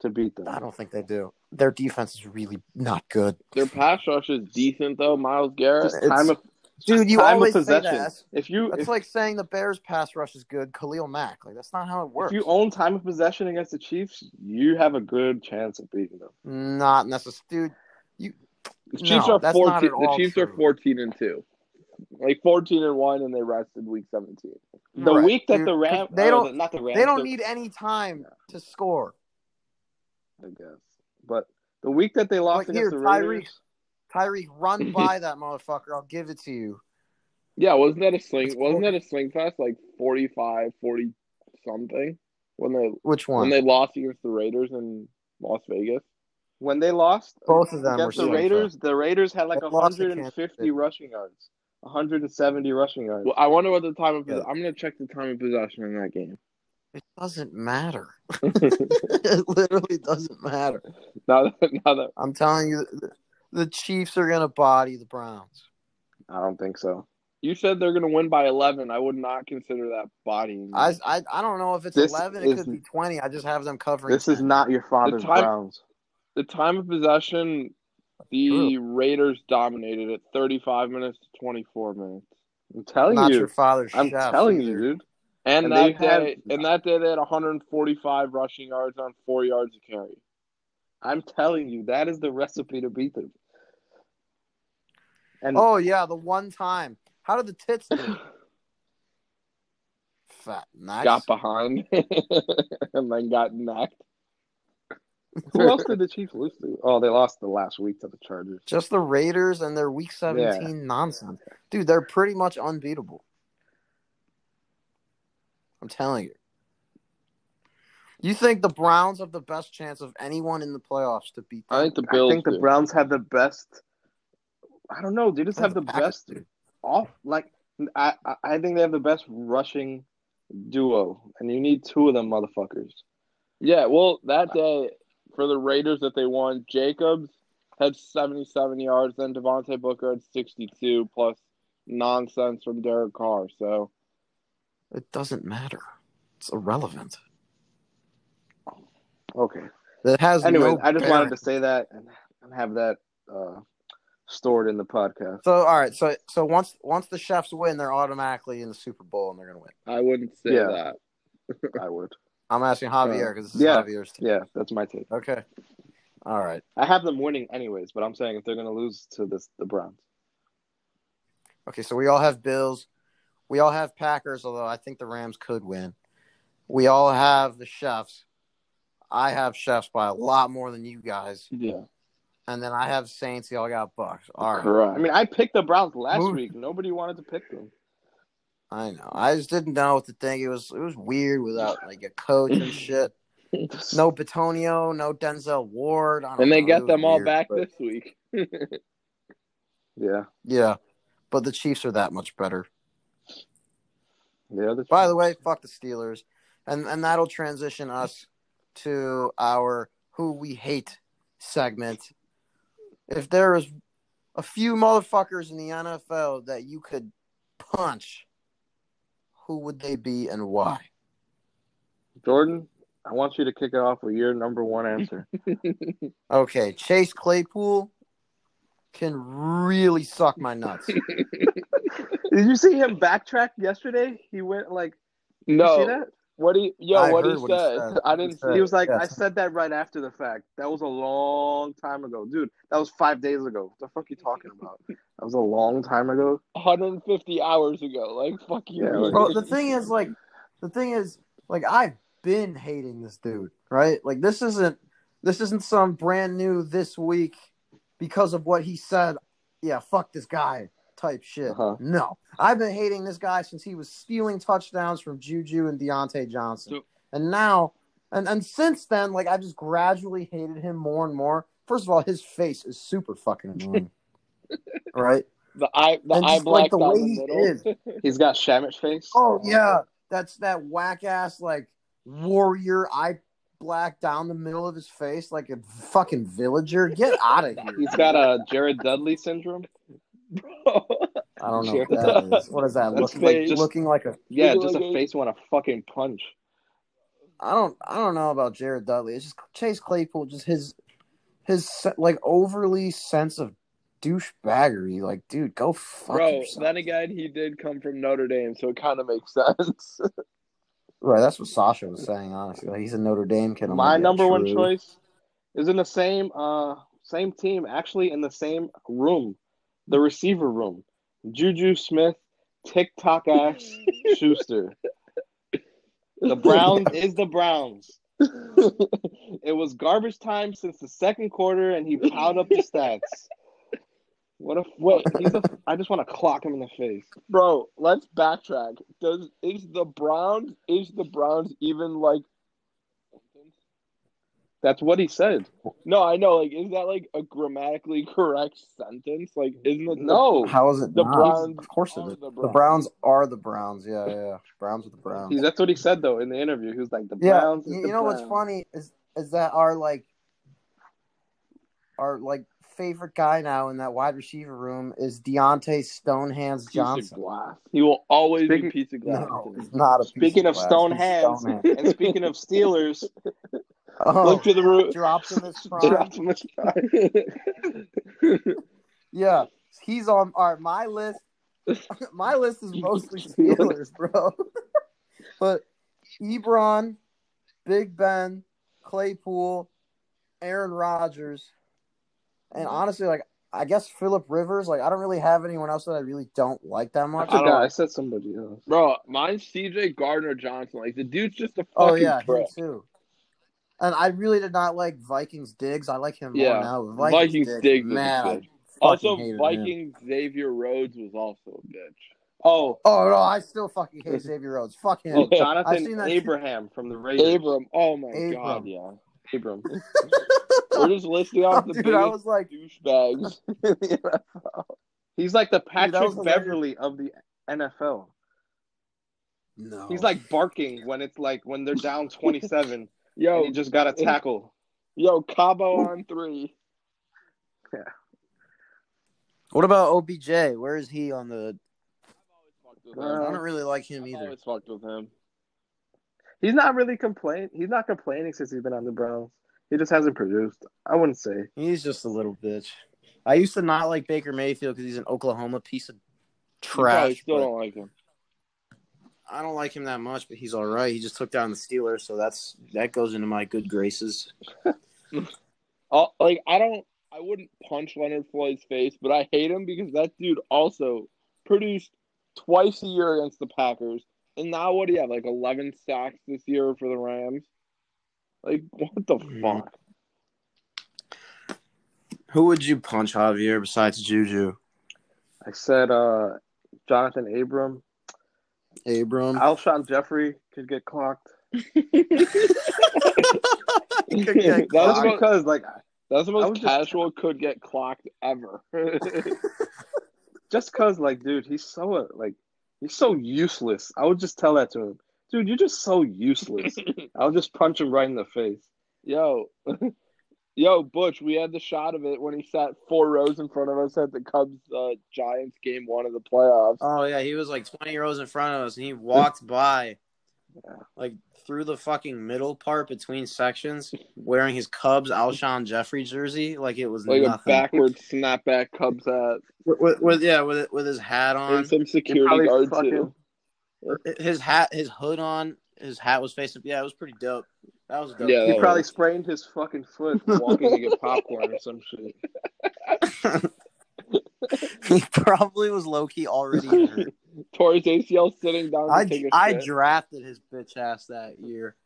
Speaker 3: to beat them.
Speaker 1: I don't think they do. Their defense is really not good.
Speaker 2: Their pass rush is decent though. Miles Garrett.
Speaker 3: Just
Speaker 1: It's-
Speaker 3: time of,
Speaker 1: Dude, you
Speaker 3: time
Speaker 1: always
Speaker 3: of
Speaker 1: say
Speaker 3: possession.
Speaker 1: that.
Speaker 3: If you
Speaker 1: That's
Speaker 3: if,
Speaker 1: like saying the Bears pass rush is good. Khalil Mack, like that's not how it
Speaker 3: if
Speaker 1: works.
Speaker 3: you own time of possession against the Chiefs, you have a good chance of beating them.
Speaker 1: not necessarily, dude.
Speaker 2: The Chiefs
Speaker 1: No,
Speaker 2: are
Speaker 1: that's
Speaker 2: fourteen.
Speaker 1: not at all
Speaker 2: the Chiefs are
Speaker 1: true.
Speaker 2: fourteen and two, like fourteen and one, and they rested week seventeen.
Speaker 3: The
Speaker 1: Right,
Speaker 3: week that
Speaker 1: dude,
Speaker 3: the
Speaker 1: 'cause
Speaker 3: Rams
Speaker 1: they don't,
Speaker 3: not the Rams
Speaker 1: they don't
Speaker 3: the-
Speaker 1: need any time to score.
Speaker 3: I guess. But the week that they lost
Speaker 1: Like
Speaker 3: against
Speaker 1: here,
Speaker 3: the
Speaker 1: Tyreek.
Speaker 3: Raiders,
Speaker 1: Tyreek, run by that motherfucker. I'll give it to you.
Speaker 2: Yeah, wasn't that a sling?
Speaker 1: That's
Speaker 2: wasn't that a sling fest like 45, 40 something when they
Speaker 1: Which
Speaker 2: when
Speaker 1: one?
Speaker 2: they lost against the Raiders in Las Vegas?
Speaker 3: when they lost
Speaker 1: Both of them were
Speaker 3: against the
Speaker 1: slim
Speaker 3: Raiders, the Raiders had like
Speaker 1: They lost to Kansas
Speaker 3: 150
Speaker 1: City.
Speaker 3: rushing yards, 170 rushing yards.
Speaker 2: Well, I wonder what the time of
Speaker 1: Yeah.
Speaker 2: I'm gonna check the time of possession in that game.
Speaker 1: It doesn't matter. it literally doesn't matter.
Speaker 2: Now that now that
Speaker 1: I'm telling you, the, the Chiefs are gonna body the Browns.
Speaker 3: I don't think so.
Speaker 2: you said they're gonna win by eleven, I would not consider that bodying.
Speaker 1: I I, I don't know if it's
Speaker 3: This
Speaker 1: eleven. It
Speaker 3: is-
Speaker 1: could be twenty. I just have them covering.
Speaker 3: This is
Speaker 1: 10.
Speaker 3: not your father's
Speaker 2: time-
Speaker 3: Browns.
Speaker 2: the time of possession, the Raiders dominated at thirty five minutes to twenty four minutes.
Speaker 3: I'm telling
Speaker 1: not
Speaker 3: you.
Speaker 1: your father's
Speaker 3: I'm
Speaker 1: chef.
Speaker 3: telling you,
Speaker 1: either.
Speaker 3: dude.
Speaker 2: And,
Speaker 3: And
Speaker 2: that
Speaker 3: they had-
Speaker 2: day and that day they had 145 rushing yards on four yards of carry.
Speaker 3: I'm telling you, that is the recipe to beat them. And
Speaker 1: Oh yeah, the one time. How did the tits do? Fat nice.
Speaker 2: got behind and then got knocked.
Speaker 3: Who else did the Chiefs lose to? Oh, they lost the last week to the Chargers.
Speaker 1: Just the Raiders and their Week 17 nonsense. Dude, they're pretty much unbeatable. I'm telling you. You think the Browns have the best chance of anyone in the playoffs to beat them?
Speaker 2: I think the
Speaker 3: I
Speaker 2: Bills.
Speaker 3: think the
Speaker 2: do.
Speaker 3: Browns have the best. I don't know. They just
Speaker 1: I
Speaker 3: have
Speaker 1: think
Speaker 3: the
Speaker 1: Packers
Speaker 3: best
Speaker 1: do.
Speaker 3: off. Like I, I- I think they have the best rushing duo, and you need two of them motherfuckers.
Speaker 2: Yeah, well, that day for the Raiders that they won, Jacobs had 77 yards, then Devontae Booker had 62 plus nonsense from Derek Carr. So
Speaker 1: It doesn't matter. It's irrelevant.
Speaker 3: Okay.
Speaker 1: It has
Speaker 3: Anyway,
Speaker 1: no
Speaker 3: I just
Speaker 1: bearing.
Speaker 3: wanted to say that and, and have that uh, stored in the podcast.
Speaker 1: So all right, so so once once the chefs win, they're automatically in the Super Bowl and they're gonna win.
Speaker 2: I wouldn't say
Speaker 3: Yeah.
Speaker 2: that.
Speaker 3: I would.
Speaker 1: I'm asking Javier because this is
Speaker 3: yeah,
Speaker 1: Javier's team.
Speaker 3: Yeah, that's my take.
Speaker 1: Okay. All right.
Speaker 3: I have them winning anyways, but I'm saying if they're gonna lose to this the Browns.
Speaker 1: Okay, so we all have Bills. We all have Packers, although I think the Rams could win. We all have the chefs. I have chefs by a lot more than you guys.
Speaker 2: Yeah,
Speaker 1: And then I have Saints, y'all got Bucks. All right.
Speaker 2: correct.
Speaker 3: I mean, I picked the Browns last
Speaker 1: Move-
Speaker 3: week. Nobody wanted to pick them.
Speaker 1: I know. I just didn't know what to think. It was it was weird without like a coach and shit. No Batonio, no Denzel Ward. I don't
Speaker 2: and they
Speaker 1: know. It
Speaker 2: get
Speaker 1: was
Speaker 2: them all
Speaker 1: weird,
Speaker 2: back
Speaker 1: but-
Speaker 2: this week.
Speaker 3: Yeah.
Speaker 1: Yeah. But the Chiefs are that much better.
Speaker 3: Yeah. that's-
Speaker 1: By the way, fuck the Steelers, and and that'll transition us to our who we hate segment. If there is a few motherfuckers in the NFL that you could punch, who would they be and why?
Speaker 3: Jordan, I want you to kick it off with your number one answer.
Speaker 1: Okay, Chase Claypool can really suck my nuts.
Speaker 3: Did you see him backtrack yesterday? He went like, you see
Speaker 2: No,
Speaker 3: that?
Speaker 2: what do you? Yo,
Speaker 1: I
Speaker 2: what he
Speaker 1: heard
Speaker 2: said?
Speaker 1: what he said.
Speaker 2: I didn't.
Speaker 1: He
Speaker 2: see
Speaker 3: He was like,
Speaker 1: Yes.
Speaker 3: I said that right after the fact. That was a long time ago, dude. That was five days ago. What the fuck you talking about? That was a long time ago.
Speaker 2: 150 hours ago. Like fuck you.
Speaker 3: Yeah, like-
Speaker 1: Bro, the thing is, like, the thing is, like, I've been hating this dude, right? Like, this isn't, this isn't some brand new this week because of what he said. Yeah, fuck this guy type shit.
Speaker 3: Uh-huh.
Speaker 1: No, I've been hating this guy since he was stealing touchdowns from Juju and Deontay Johnson,
Speaker 2: So-
Speaker 1: and now, and and since then, like, I've just gradually hated him more and more. First of all, his face is super fucking annoying, right?
Speaker 2: the eye, the
Speaker 1: And
Speaker 2: eye
Speaker 1: just, like,
Speaker 2: black
Speaker 1: the
Speaker 2: down
Speaker 1: way
Speaker 2: the
Speaker 1: he
Speaker 2: middle.
Speaker 1: is.
Speaker 3: He's got Shamit face.
Speaker 1: Oh yeah, that's that whack ass like warrior eye black down the middle of his face like a fucking villager. Get out of here!
Speaker 3: He's got a Jared Dudley syndrome.
Speaker 1: I don't know what that is. What is that
Speaker 3: That's
Speaker 1: looking
Speaker 3: like
Speaker 1: like?
Speaker 3: just-
Speaker 1: looking like a
Speaker 3: Yeah,
Speaker 2: He's
Speaker 3: just
Speaker 2: like
Speaker 3: a
Speaker 2: a-
Speaker 3: face want to fucking punch.
Speaker 1: I don't I don't know about Jared Dudley. It's just Chase Claypool. Just his his se- like overly sense of douchebaggery. Like, dude, go fuck
Speaker 2: Bro,
Speaker 1: yourself.
Speaker 2: then again, he did come from Notre Dame, so it kind of makes sense.
Speaker 1: Right, that's what Sasha was saying. Honestly, like, he's a Notre Dame kid. I'm
Speaker 3: My
Speaker 1: like, yeah,
Speaker 3: number one
Speaker 1: true.
Speaker 3: choice is in the same uh same team, actually in the same room, the receiver room. Juju Smith, TikTok ass Schuster. The Browns is the Browns. it was garbage time since the second quarter, and he piled up the stats. What a what? He's a, I just want to clock him in the face.
Speaker 2: Bro, let's backtrack. Does is the Browns is the Browns even like?
Speaker 3: That's what he said.
Speaker 2: No, I know. Like, is that like a grammatically correct sentence? Like, isn't it?
Speaker 3: No,
Speaker 1: How is it
Speaker 2: The
Speaker 1: not?
Speaker 2: Browns
Speaker 1: of course it
Speaker 2: are
Speaker 1: is.
Speaker 2: the
Speaker 1: The Browns are the Browns. Yeah, yeah. yeah. Browns are the Browns.
Speaker 3: He- that's what he said though in the interview. He was like, "The
Speaker 1: yeah,
Speaker 3: Browns." is
Speaker 1: you,
Speaker 3: the
Speaker 1: you know what's
Speaker 3: Browns.
Speaker 1: funny is is that our like our like favorite guy now in that wide receiver room is Deontay Stonehands
Speaker 2: Piece of
Speaker 1: Johnson.
Speaker 2: glass. He will always
Speaker 3: Speaking-
Speaker 2: be piece of glass.
Speaker 1: No, he's not a piece
Speaker 3: Speaking of
Speaker 1: glass.
Speaker 3: stone
Speaker 1: He's
Speaker 3: hands,
Speaker 1: Stonehenge.
Speaker 3: And speaking of Steelers,
Speaker 1: Oh,
Speaker 2: Look to the root.
Speaker 1: drops in his prime.
Speaker 3: dropped him a shot.
Speaker 1: Yeah, he's on. All right, my list. My list is mostly Steelers, bro. but Ebron, Big Ben, Claypool, Aaron Rodgers,
Speaker 2: Mm-hmm.
Speaker 1: and honestly, like I guess Philip Rivers. Like I don't really have anyone else that I really don't like that
Speaker 3: I
Speaker 1: much.
Speaker 2: don't-
Speaker 3: forgot. I said somebody else.
Speaker 2: Bro, mine's C.J. Gardner Johnson. Like, the dude's just a fucking
Speaker 1: Oh yeah, him
Speaker 2: prick.
Speaker 1: too. And I really did not like Vikings Diggs. I like him
Speaker 2: Yeah.
Speaker 1: more now. but
Speaker 2: Vikings Diggs is a
Speaker 1: man. I
Speaker 2: bitch.
Speaker 1: fucking hated
Speaker 2: Also,
Speaker 1: him.
Speaker 2: Vikings Xavier Rhodes was also a bitch. Oh,
Speaker 1: Oh no, I still fucking hate Xavier Rhodes. Fuck him.
Speaker 2: Yeah.
Speaker 4: Oh,
Speaker 1: I've seen
Speaker 4: Jonathan
Speaker 1: that-
Speaker 4: Abraham from the Raiders.
Speaker 2: Abram. Oh my
Speaker 1: Abram.
Speaker 2: god, yeah. Abram. We're
Speaker 1: Dude,
Speaker 2: just listing out the
Speaker 1: I
Speaker 2: biggest
Speaker 1: was like,
Speaker 2: douchebags.
Speaker 4: He's like the
Speaker 1: that
Speaker 4: Patrick
Speaker 1: was hilarious.
Speaker 4: Beverly of the NFL.
Speaker 1: no.
Speaker 4: He's like barking when it's like when they're down 27 and
Speaker 2: Yo,
Speaker 4: he just got a tackle.
Speaker 2: yo, Cabo on three.
Speaker 1: what about OBJ? Where is he on the?
Speaker 2: I've
Speaker 1: I
Speaker 2: always
Speaker 1: don't really like him
Speaker 2: I've
Speaker 1: either.
Speaker 2: Uh, always fucked with him.
Speaker 3: He's not really complain. He's not complaining since he's been on the Browns. He just hasn't produced. I wouldn't say.
Speaker 1: He's just a little bitch. I used to not like Baker Mayfield because he's an Oklahoma piece of
Speaker 2: You probably
Speaker 1: trash.
Speaker 2: still
Speaker 1: but
Speaker 2: don't like him.
Speaker 1: I don't like him that much, but he's all right. He just took down the Steelers, so that's that goes into my good graces.
Speaker 2: i like I don't, I wouldn't punch Leonard Floyd's face, but I hate him because that dude also produced twice a year against the Packers, and now what do you have like eleven sacks this year for the Rams? Like what the fuck?
Speaker 1: Who would you punch, Javier, besides Juju?
Speaker 3: I said uh, Jonathan Abram,
Speaker 1: Abram.
Speaker 3: Alshon Jeffrey could get clocked.
Speaker 1: Could
Speaker 2: that
Speaker 1: get clocked.
Speaker 2: was
Speaker 3: That's
Speaker 2: about,
Speaker 3: because like
Speaker 2: that's the
Speaker 3: I was
Speaker 2: most
Speaker 3: just-
Speaker 2: casual could get clocked ever.
Speaker 3: just cause like dude, he's so uh, like he's so useless. I would just tell that to him, dude. You're just so useless. I'll just punch him right in the face.
Speaker 2: Yo, yo, Butch, we had the shot of it when he sat four rows in front of us at the Cubs uh, Giants game one of the playoffs.
Speaker 1: Oh yeah, he was like twenty rows in front of us, and he walked by, like through the fucking middle part between sections, wearing his Cubs Alshon Jeffrey jersey, like it was
Speaker 2: like a
Speaker 1: nothing.
Speaker 2: backward snapback Cubs hat
Speaker 1: with, with, with- yeah, with with his hat on,
Speaker 2: and some
Speaker 3: He
Speaker 2: security
Speaker 3: probably
Speaker 2: guard
Speaker 3: fucking-
Speaker 2: too.
Speaker 1: his hat, his hood on, his hat was facing. Yeah, it was pretty dope. That was dope.
Speaker 2: Yeah.
Speaker 3: He probably sprained his fucking foot walking to get popcorn or some shit.
Speaker 1: he probably was low key already. hurt.
Speaker 2: Tore his ACL sitting down. To take
Speaker 1: I
Speaker 2: a
Speaker 1: I
Speaker 2: shit.
Speaker 1: drafted his bitch ass that year.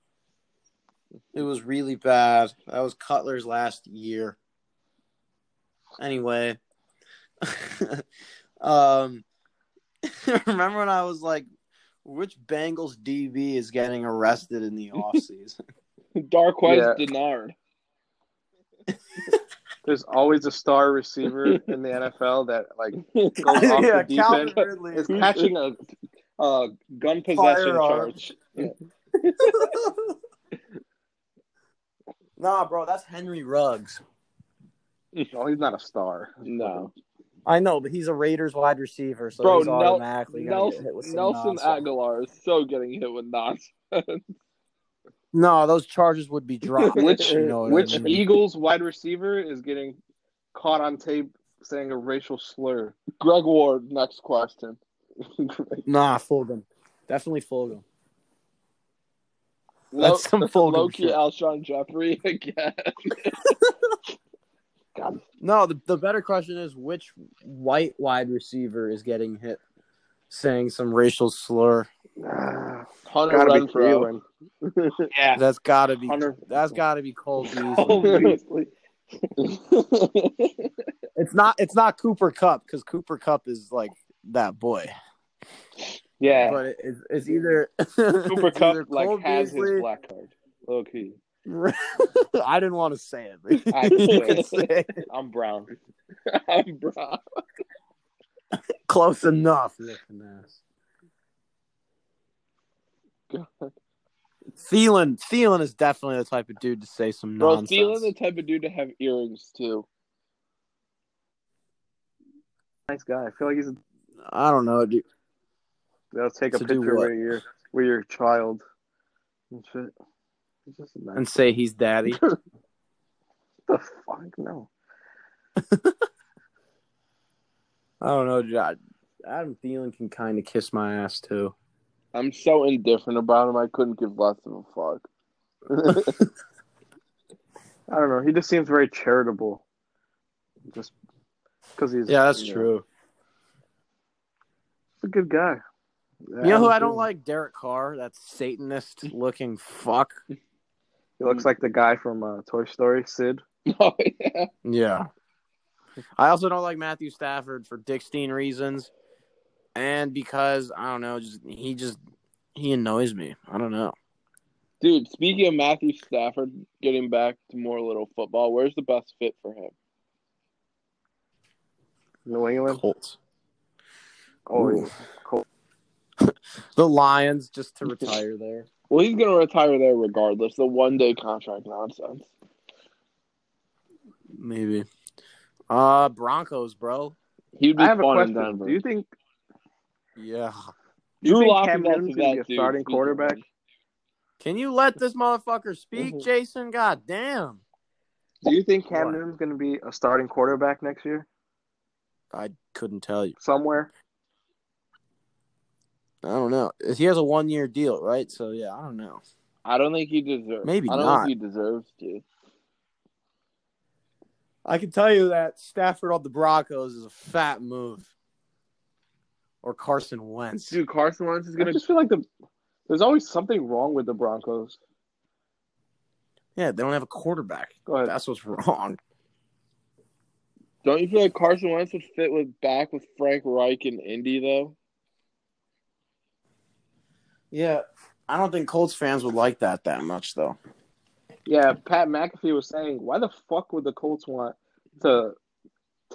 Speaker 1: It was really bad. That was Cutler's last year. Anyway, um, remember when I was like, which Bengals DB is getting arrested in the offseason?
Speaker 2: Darquez
Speaker 3: Yeah.
Speaker 2: Denard.
Speaker 3: There's always a star receiver in the NFL that like goes off the defense.
Speaker 1: Ridley.
Speaker 3: is catching a, a gun possession
Speaker 1: Firearm.
Speaker 3: charge.
Speaker 1: nah, bro, that's Henry Ruggs.
Speaker 3: No, he's not a star.
Speaker 2: No.
Speaker 1: I know, but he's a Raiders wide receiver, so
Speaker 2: Bro,
Speaker 1: he's
Speaker 2: Nel-
Speaker 1: automatically gonna get
Speaker 2: Nelson,
Speaker 1: hit with some
Speaker 2: Nelson
Speaker 1: nonsense.
Speaker 2: Aguilar is so getting hit with nonsense.
Speaker 1: No, those charges would be dropped.
Speaker 3: Which
Speaker 1: you know what I
Speaker 3: which
Speaker 1: mean?
Speaker 3: Eagles wide receiver is getting caught on tape saying a racial slur?
Speaker 2: Greg Ward, next question.
Speaker 1: Nah, Fulgham. Definitely Fulgham.
Speaker 2: Low,
Speaker 1: That's some Fulgham
Speaker 2: Loki
Speaker 1: shit.
Speaker 2: Alshon Jeffrey again.
Speaker 1: No, the, the better question is which white wide receiver is getting hit saying some racial slur.
Speaker 3: Gotta
Speaker 2: Hunter
Speaker 3: be
Speaker 2: Renfro.
Speaker 3: Thielen.
Speaker 4: Yeah.
Speaker 1: That's gotta be
Speaker 3: Hunter-
Speaker 1: that's gotta be Cole Beasley. It's not it's not Cooper Cup because Cooper Cup is like that boy.
Speaker 4: Yeah.
Speaker 1: But it, it's, it's either
Speaker 4: Cooper
Speaker 1: it's
Speaker 4: Cup
Speaker 1: either Cole
Speaker 4: like has his
Speaker 1: Beasley-
Speaker 4: black card. Low key.
Speaker 1: I didn't want to say it. But
Speaker 4: I
Speaker 1: you
Speaker 4: quit.
Speaker 1: could say it.
Speaker 4: I'm brown.
Speaker 2: I'm Brown.
Speaker 1: close enough. Listen,
Speaker 2: God.
Speaker 1: Thielen, Thielen is definitely the type of dude to say some
Speaker 2: Bro,
Speaker 1: nonsense.
Speaker 2: Thielen the type of dude to have earrings too.
Speaker 3: Nice guy. I feel like he's
Speaker 1: I don't know, dude.
Speaker 3: they'll take a
Speaker 1: To do
Speaker 3: picture
Speaker 1: what?
Speaker 3: with your with your child. And shit. He's just a nice-
Speaker 1: and say he's daddy.
Speaker 3: What the fuck? No.
Speaker 1: I don't know, dude. I, Adam Thielen can kind of kiss my ass too.
Speaker 2: I'm so indifferent about him. I couldn't give less of a fuck.
Speaker 3: I don't know. He just seems very charitable. Just because he's
Speaker 1: Yeah, that's
Speaker 3: you know,
Speaker 1: true.
Speaker 3: He's a good guy.
Speaker 1: You know who I don't like? Derek Carr, that Satanist looking fuck.
Speaker 3: He looks like the guy from uh, Toy Story, Sid.
Speaker 2: Oh, yeah.
Speaker 1: Yeah. I also don't like Matthew Stafford for Dickstein reasons, and because I don't know, just he just he annoys me. I don't know.
Speaker 2: Dude, speaking of Matthew Stafford getting back to more little football, where's the best fit for him?
Speaker 3: New England.
Speaker 1: Colts,
Speaker 3: Oh,
Speaker 1: Ooh.
Speaker 3: Col-
Speaker 1: the Lions, just to retire there.
Speaker 2: Well, he's going to retire there regardless. The one day contract nonsense.
Speaker 1: Maybe. Uh, Broncos, bro.
Speaker 2: He'd be
Speaker 3: I have a
Speaker 2: fun
Speaker 3: question.
Speaker 2: in Denver.
Speaker 3: Do you think
Speaker 1: Yeah.
Speaker 3: do you
Speaker 2: Drew
Speaker 3: think
Speaker 2: Lock
Speaker 3: Cam
Speaker 2: is also
Speaker 3: Newton's gonna
Speaker 2: that
Speaker 3: be a
Speaker 2: dude.
Speaker 3: starting
Speaker 2: Speaking
Speaker 3: quarterback?
Speaker 2: of-
Speaker 1: Can you let this motherfucker speak,
Speaker 2: Mhm.
Speaker 1: Jason? God damn.
Speaker 3: do you think Cam
Speaker 1: What?
Speaker 3: Newton's going to be a starting quarterback next year
Speaker 1: I couldn't tell you.
Speaker 3: somewhere?
Speaker 1: I don't know. He has a one year deal, right? So yeah, I don't know.
Speaker 2: I don't think he deserves.
Speaker 1: Maybe
Speaker 2: I don't
Speaker 1: not.
Speaker 2: think he deserves to.
Speaker 1: I can tell you that Stafford on the Broncos is a fat move. Or Carson Wentz.
Speaker 2: Dude, Carson Wentz is
Speaker 4: I
Speaker 2: gonna.
Speaker 4: just feel like the there's always something wrong with the Broncos.
Speaker 1: Yeah, they don't have a quarterback.
Speaker 4: Go ahead.
Speaker 1: That's what's wrong.
Speaker 2: Don't you feel like Carson Wentz would fit with back with Frank Reich in Indy though?
Speaker 1: Yeah. I don't think Colts fans would like that that much, though.
Speaker 4: Yeah, Pat McAfee was saying, why the fuck would the Colts want to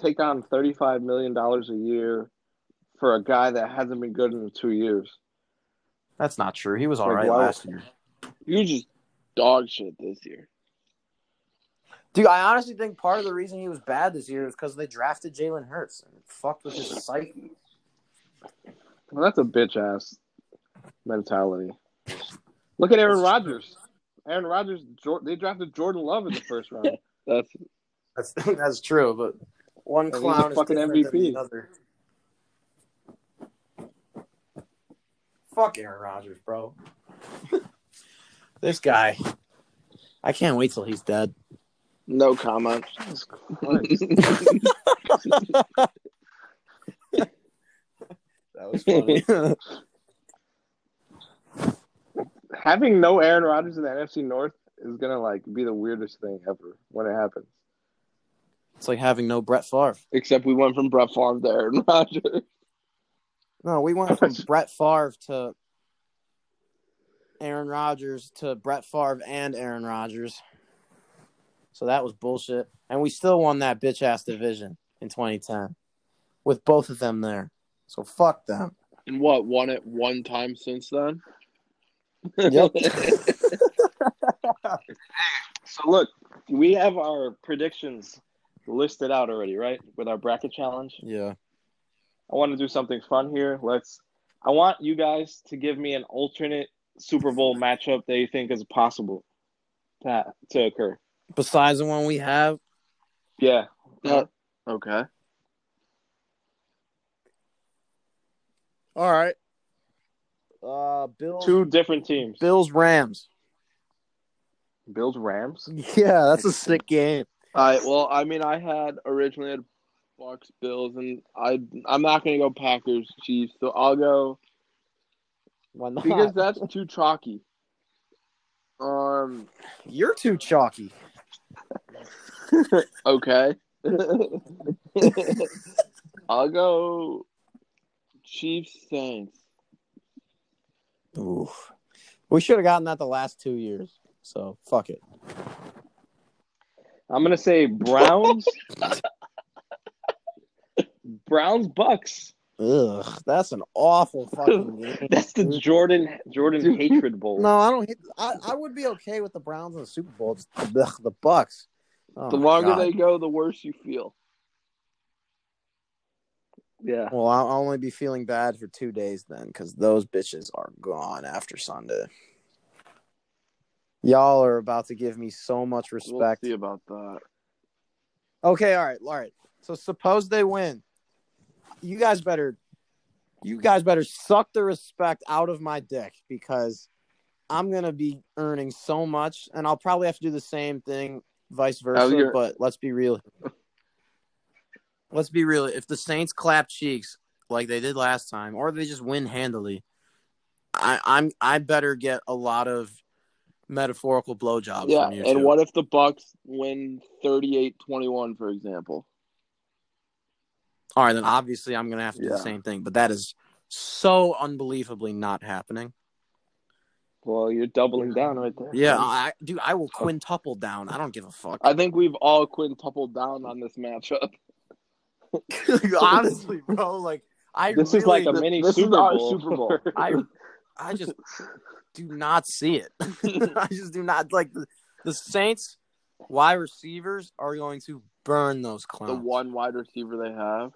Speaker 4: take on $35 million a year for a guy that hasn't been good in two years?
Speaker 1: That's not true. He was all
Speaker 4: Like,
Speaker 1: right
Speaker 4: why-
Speaker 1: last year.
Speaker 2: He was just dog shit this year.
Speaker 1: Dude, I honestly think part of the reason he was bad this year is because they drafted Jalen Hurts and it fucked with his psyche.
Speaker 4: Well, that's a bitch ass mentality. Look at Aaron
Speaker 1: That's
Speaker 4: Rodgers. Aaron Rodgers, Jor- they drafted Jordan Love in the first round.
Speaker 2: That's
Speaker 1: That's that's true, but one
Speaker 4: And he's a
Speaker 1: clown is
Speaker 4: fucking
Speaker 1: different than
Speaker 4: MVP.
Speaker 1: the other. Fuck Aaron Rodgers, bro. this guy, I can't wait till he's dead.
Speaker 2: no comment.
Speaker 4: Jesus Christ.
Speaker 1: That was
Speaker 2: funny.
Speaker 4: Having no Aaron Rodgers in the NFC North is gonna like be the weirdest thing ever when it happens.
Speaker 1: it's like having no Brett Favre.
Speaker 2: Except we went from Brett Favre to Aaron Rodgers.
Speaker 1: No, we went from Brett Favre to Aaron Rodgers to Brett Favre and Aaron Rodgers. So that was bullshit. And we still won that bitch ass division in 2010 with both of them there. So fuck them.
Speaker 2: And what won it one time since then?
Speaker 1: Yep.
Speaker 4: So look, we have our predictions listed out already, right? With our bracket challenge.
Speaker 1: Yeah.
Speaker 4: I want to do something fun here. Let's. I want you guys to give me an alternate Super Bowl matchup that you think is possible to ha- to occur.
Speaker 1: Besides the one we have,
Speaker 4: Yeah, Uh,
Speaker 2: okay.
Speaker 1: all right. Uh, Bills,
Speaker 4: two different teams.
Speaker 1: Bills, Rams.
Speaker 4: Bills Rams.
Speaker 1: Yeah, that's a sick game.
Speaker 2: All right. Well, I mean, I had originally had Bucks, Bills, and I I'm not gonna go Packers, Chiefs. So I'll go
Speaker 1: Why not?
Speaker 2: because that's too chalky. Um.
Speaker 1: You're too chalky.
Speaker 2: Okay. I'll go Chiefs, Saints.
Speaker 1: Ooh. We should have gotten that the last two years. So fuck it.
Speaker 4: I'm gonna say Browns. Browns Bucks.
Speaker 1: Ugh, that's an awful fucking game.
Speaker 4: That's the Jordan Jordan Hatred Bowl.
Speaker 1: No, I don't hit. I, I would be okay with the Browns in the Super Bowl. It's the, ugh, the Bucks. Oh,
Speaker 2: the
Speaker 1: my
Speaker 2: longer
Speaker 1: God.
Speaker 2: they go, the worse you feel.
Speaker 4: Yeah.
Speaker 1: Well, I'll I'll only be feeling bad for two days then, because those bitches are gone after Sunday. Y'all are about to give me so much respect.
Speaker 2: We'll see about that.
Speaker 1: Okay, all right, all right. So suppose they win. You guys better you guys better suck the respect out of my dick because I'm gonna be earning so much and I'll probably have to do the same thing, vice versa.
Speaker 2: Oh, you're-
Speaker 1: But let's be real. Let's be real. If the Saints clap cheeks like they did last time, or they just win handily, I, I'm I better get a lot of metaphorical blowjob
Speaker 2: yeah,
Speaker 1: from you.
Speaker 2: and
Speaker 1: two.
Speaker 2: what if the Bucks win 38-21, for example?
Speaker 1: All right, then obviously I'm going to have to do the
Speaker 4: Yeah.
Speaker 1: same thing, but that is so unbelievably not happening.
Speaker 4: Well, you're doubling down right there.
Speaker 1: Yeah, I, dude, I will quintuple down. I don't give a fuck.
Speaker 2: I think we've all quintupled down on this matchup.
Speaker 1: Honestly, bro, like I
Speaker 4: This
Speaker 1: really,
Speaker 4: is like a mini
Speaker 2: this is
Speaker 4: Super,
Speaker 2: our
Speaker 4: Bowl.
Speaker 2: Super Bowl.
Speaker 1: I I just do not see it. I just do not like the, the Saints wide receivers are going to burn those clowns.
Speaker 2: The one wide receiver they have.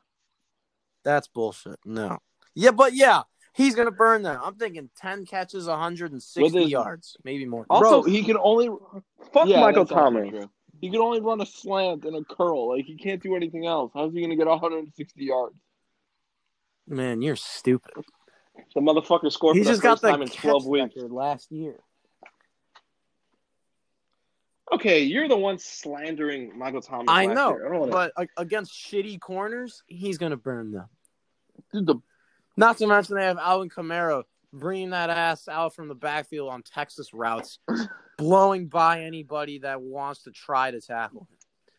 Speaker 1: That's bullshit. No. Yeah, but yeah, he's gonna burn them. I'm thinking ten catches, 160
Speaker 2: With his-
Speaker 1: yards, maybe more.
Speaker 2: Also,
Speaker 4: Also-
Speaker 2: he can only
Speaker 4: Fuck
Speaker 2: Yeah,
Speaker 4: Michael
Speaker 2: that's also
Speaker 4: Thomas.
Speaker 2: true. He can only run a slant and a curl. Like he can't do anything else. How's he going to get 160 yards?
Speaker 1: Man, you're stupid.
Speaker 4: The motherfucker scored
Speaker 1: He
Speaker 4: for the
Speaker 1: just got
Speaker 4: first
Speaker 1: the
Speaker 4: time in 12 weeks.
Speaker 1: record last year.
Speaker 4: Okay, you're the one slandering Michael Thomas.
Speaker 1: I
Speaker 4: last
Speaker 1: know,
Speaker 4: year. I don't wanna...
Speaker 1: but a- against shitty corners, he's gonna burn them.
Speaker 2: Dude, the
Speaker 1: Not to mention they have Alvin Kamara bringing that ass out from the backfield on Texas routes, blowing by anybody that wants to try to tackle him.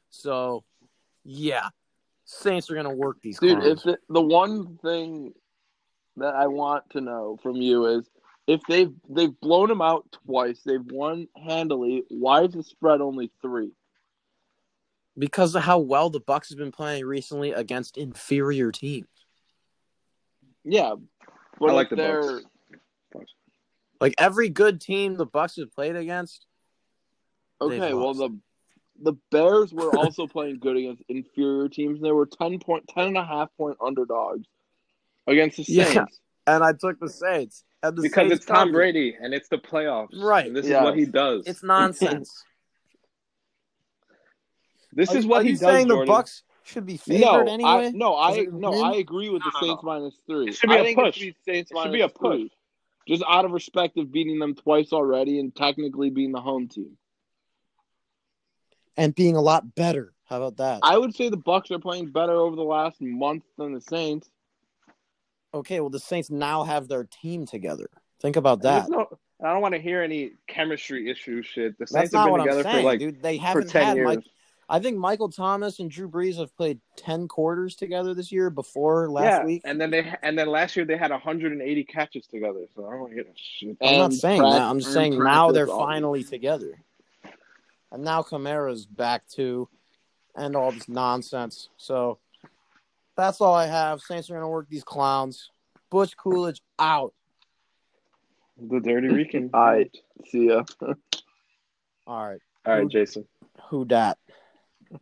Speaker 1: So, yeah, Saints are gonna work these.
Speaker 2: dude,
Speaker 1: clowns.
Speaker 2: if the, the one thing that I want to know from you is if they've they've blown him out twice, they've won handily. Why is the spread only three?
Speaker 1: because of how well the Bucks have been playing recently against inferior teams.
Speaker 2: Yeah, but
Speaker 4: I like
Speaker 2: if
Speaker 4: the
Speaker 2: they're
Speaker 4: Bucks.
Speaker 1: Like every good team the Bucks have played against, They've
Speaker 2: okay. Well,
Speaker 1: lost.
Speaker 2: the the Bears were also playing good against inferior teams. They were 10 point, 10 and a half point underdogs against the
Speaker 1: Yeah.
Speaker 2: Saints.
Speaker 1: and I took the Saints. And the
Speaker 4: Because
Speaker 1: Saints
Speaker 4: it's Tom
Speaker 1: covered.
Speaker 4: Brady and it's the playoffs.
Speaker 1: Right.
Speaker 4: And this
Speaker 2: Yeah.
Speaker 4: is what he does.
Speaker 1: It's nonsense.
Speaker 4: This is
Speaker 1: Are-
Speaker 4: what
Speaker 1: are
Speaker 4: he
Speaker 1: you
Speaker 4: does.
Speaker 1: saying
Speaker 4: Jordan.
Speaker 1: the Bucks should be favored
Speaker 2: no,
Speaker 1: anyway?
Speaker 2: I, no, I
Speaker 1: it a
Speaker 2: no,
Speaker 1: win?
Speaker 2: I agree with the
Speaker 4: No, no,
Speaker 2: Saints minus three.
Speaker 4: It should be
Speaker 2: I
Speaker 4: a
Speaker 2: think
Speaker 4: push.
Speaker 2: It should be Saints
Speaker 4: It should
Speaker 2: minus
Speaker 4: be a push.
Speaker 2: three, just out of respect of beating them twice already and technically being the home team.
Speaker 1: and being a lot better. How about that?
Speaker 2: I would say the Bucks are playing better over the last month than the Saints.
Speaker 1: okay, well the Saints now have their team together. Think about
Speaker 4: There's
Speaker 1: that.
Speaker 4: no- I don't want to hear any chemistry issue shit. The
Speaker 1: That's
Speaker 4: Saints have
Speaker 1: not
Speaker 4: been
Speaker 1: what I'm
Speaker 4: together
Speaker 1: saying,
Speaker 4: for like
Speaker 1: dude. They
Speaker 4: for
Speaker 1: haven't
Speaker 4: ten
Speaker 1: had
Speaker 4: years.
Speaker 1: Mike. I think Michael Thomas and Drew Brees have played ten quarters together this year before last
Speaker 4: yeah,
Speaker 1: week.
Speaker 4: and then they and then last year they had 180 catches together. So I don't want to hear that shit.
Speaker 1: I'm not
Speaker 2: and
Speaker 1: saying
Speaker 2: prac-
Speaker 1: that. I'm just
Speaker 2: and
Speaker 1: saying now
Speaker 2: practice
Speaker 1: they're
Speaker 2: all week.
Speaker 1: finally together. And now Kamara's back too, and all this nonsense. So that's all I have. Saints are going to work these clowns. Bush Coolidge out.
Speaker 4: The Dirty Rican.
Speaker 2: All right. See ya.
Speaker 1: All right.
Speaker 4: All right, Jason.
Speaker 1: Who dat?